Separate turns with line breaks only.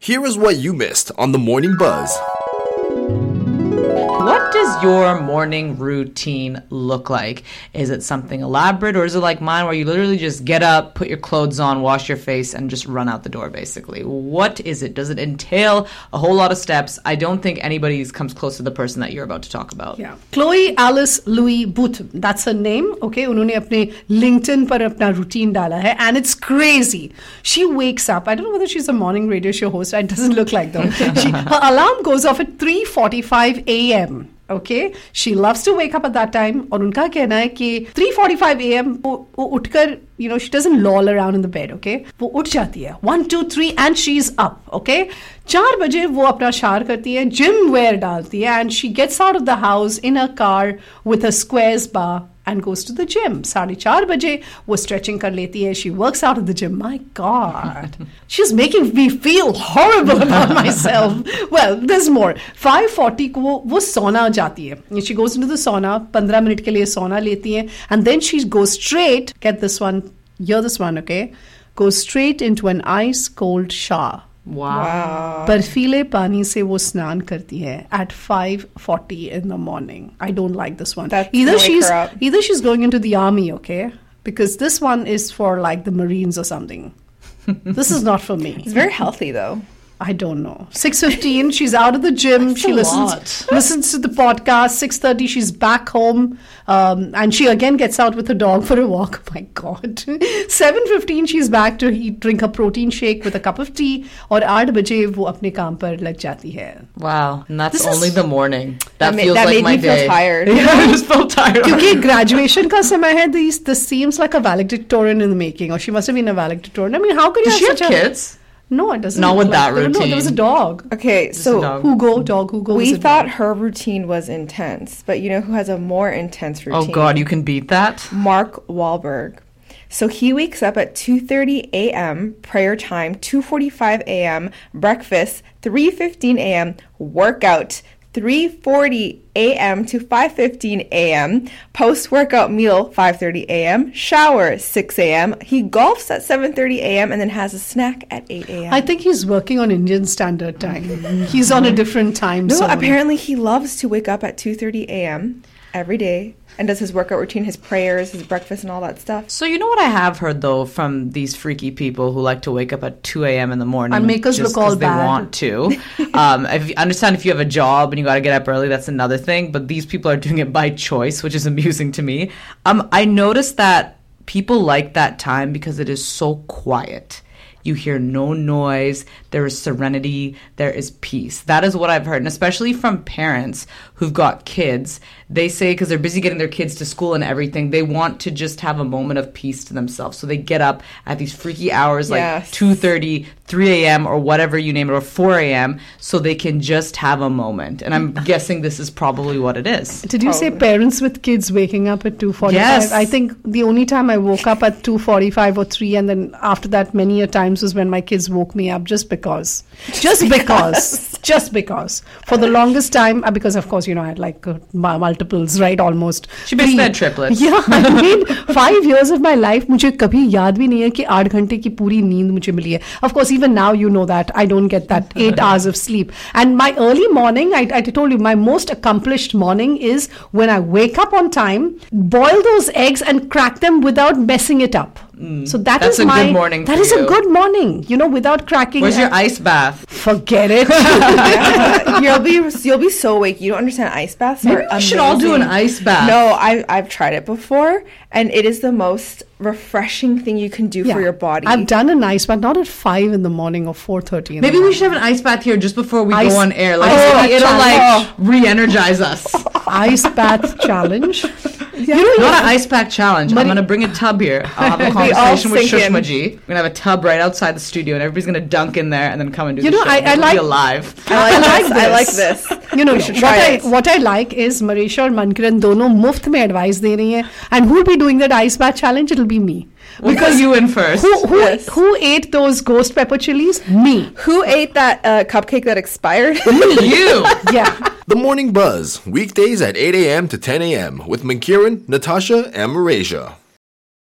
Here is what you missed on the Morning Buzz.
What does your morning routine look like? Is it something elaborate or is it like mine where you literally just get up, put your clothes on, wash your face, and just run out the door basically? What is it? Does it entail a whole lot of steps? I don't think anybody comes close to the person that you're about to talk about.
Yeah. Chloe Alice Louis Booth that's her name okay उन्होंने अपने LinkedIn पर अपना routine डाला है and it's crazy she wakes up I don't know whether she's a morning radio show host it doesn't look like though she, her alarm goes off at 3:45 a.m. Okay, she loves to wake up at that time. और उनका कहना है कि 3:45 a.m. वो वो उठकर you know she doesn't loll around in the bed okay वो उठ जाती है one two three and she's up okay चार बजे वो अपना शार करती है जिम वेयर डालती है and she gets out of the house in a car with a squares bar and goes to the gym साढ़े चार बजे वो स्ट्रेचिंग कर लेती है she works out of the gym my god she is making me feel horrible about my self well this more five forty को वो वो सोना जाती है she goes to the sauna पंद्रह मिनट के लिए सोना लेती है and then she go straight get this one hear this one, okay? Go straight into an ice cold shower.
Wow.
बर्फीले पानी से वो स्नान करती है at 5:40 in the morning. I don't like this one.
That's
either
gonna wake
she's
her up.
either she's going into the army, okay? Because this one is for like the Marines or something. this is not for me.
It's very healthy though.
I don't know. 6:15 she's out of the gym, she
a
listens
lot.
listens to the podcast. 6:30 she's back home um, and she again gets out with her dog for a walk. My god. 7:15 she's back to eat, drink her protein shake with a cup of tea और 8 बजे वो अपने काम पर लग जाती है.
Wow. And that's
is-
only the morning. That,
ma-
feels
that
like
made
my
me
day.
feel tired.
I just felt tired.
क्योंकि ग्रेजुएशन का समय है this this seems like a valedictorian in the making or she must have been a valedictorian. I mean, how could you
Does she have
have such a
kids?
No, it doesn't.
Not
look
with
like-
that
No, there was a
routine.
dog.
Okay,
a
so
dog.
Hugo, dog Hugo. was a
we
dog.
thought her routine was intense, but you know who has a more intense routine?
Oh God, you can beat that.
Mark Wahlberg. So he wakes up at 2:30 a.m. prayer time, 2:45 a.m. breakfast, 3:15 a.m. workout, 3:40 a.m. to 5:15 a.m. post-workout meal, 5:30 a.m. shower, 6 a.m. He golfs at 7:30 a.m. and then has a snack at 8 a.m.
I think he's working on Indian Standard Time. he's
Mm-hmm.
on a different time
No,
zone.
apparently he loves to wake up at 2:30 a.m. every day and does his workout routine, his prayers, his breakfast, and all that stuff.
So you know what I have heard though from these freaky people who like to wake up at two a.m. in the morning
And make us
just
look all
'cause they
bad.
want to. um, if you understand if you have a job and you got to get up early, that's another thing. But these people are doing it by choice, which is amusing to me. Um, I noticed that people like that time because it is so quiet. You hear no noise. There is serenity. There is peace. That is what I've heard, and especially from parents who've got kids. They say because they're busy getting their kids to school and everything, they want to just have a moment of peace to themselves. So they get up at these freaky hours, like
Yes.
two 2.30 3 a.m or whatever you name it or 4 a.m so they can just have a moment and i'm guessing this is probably what it is
Did you say parents with kids waking up at 2:45?
Yes.
I think the only time I woke up at 2:45 or 3 and then after that many a times was when my kids woke me up just because. Just because. just because. For the longest time uh, because of course you know I had like uh, mu- multiples right almost.
She basically
Three-
had triplets.
Yeah, I mean 5 years of my life मुझे कभी याद भी नहीं है कि 8 घंटे की पूरी नींद मुझे मिली है. Of course even now you know that I don't get that 8 hours of sleep. And my early morning I I told you my most accomplished morning is when I wake up on time, boil those eggs and crack them without messing it up. So
Hmm.
that
That's
is
a
my
good morning
That
for
is a
you.
good morning, you know, without cracking.
where's your
and-
ice bath
Forget it.
you'll be you'll be so awake. You don't understand ice baths.
Maybe
are
we should all do an
amazing.
ice bath.
No, I, I've tried it before, and it is the most refreshing thing you can do
Yeah.
for your body.
I've done a nice, but not at five in the morning or four thirty. In the
maybe we should have an ice bath here just before we
Ice-
go on air like
ice
maybe
bath
it'll like
challenge.
re-energize us
ice bath challenge. You know,
not
you-
an ice pack challenge. I'm gonna bring a tub here. I'll have a
We all
conversation with
sink in.
Shushmaji. We're gonna have a tub right outside the studio, and everybody's gonna dunk in there and then come and do
You
the
know,
show.
I- I
It'll
like-
be alive.
I like this. I like
this.
this.
You know,
We
no,
should
what
try
I
it.
what I like is Marisha और Mankiran दोनों मुफ्त में advice दे रही हैं and who'll be doing that ice bath challenge? It'll be me.
We'll put you in first.
Who who
Yes.
who ate those ghost pepper chilies? Me.
Who ate that uh, cupcake that expired?
you.
Yeah.
The Morning Buzz, weekdays at 8 a.m. to 10 a.m. with McKieran, Natasha, and Marasia.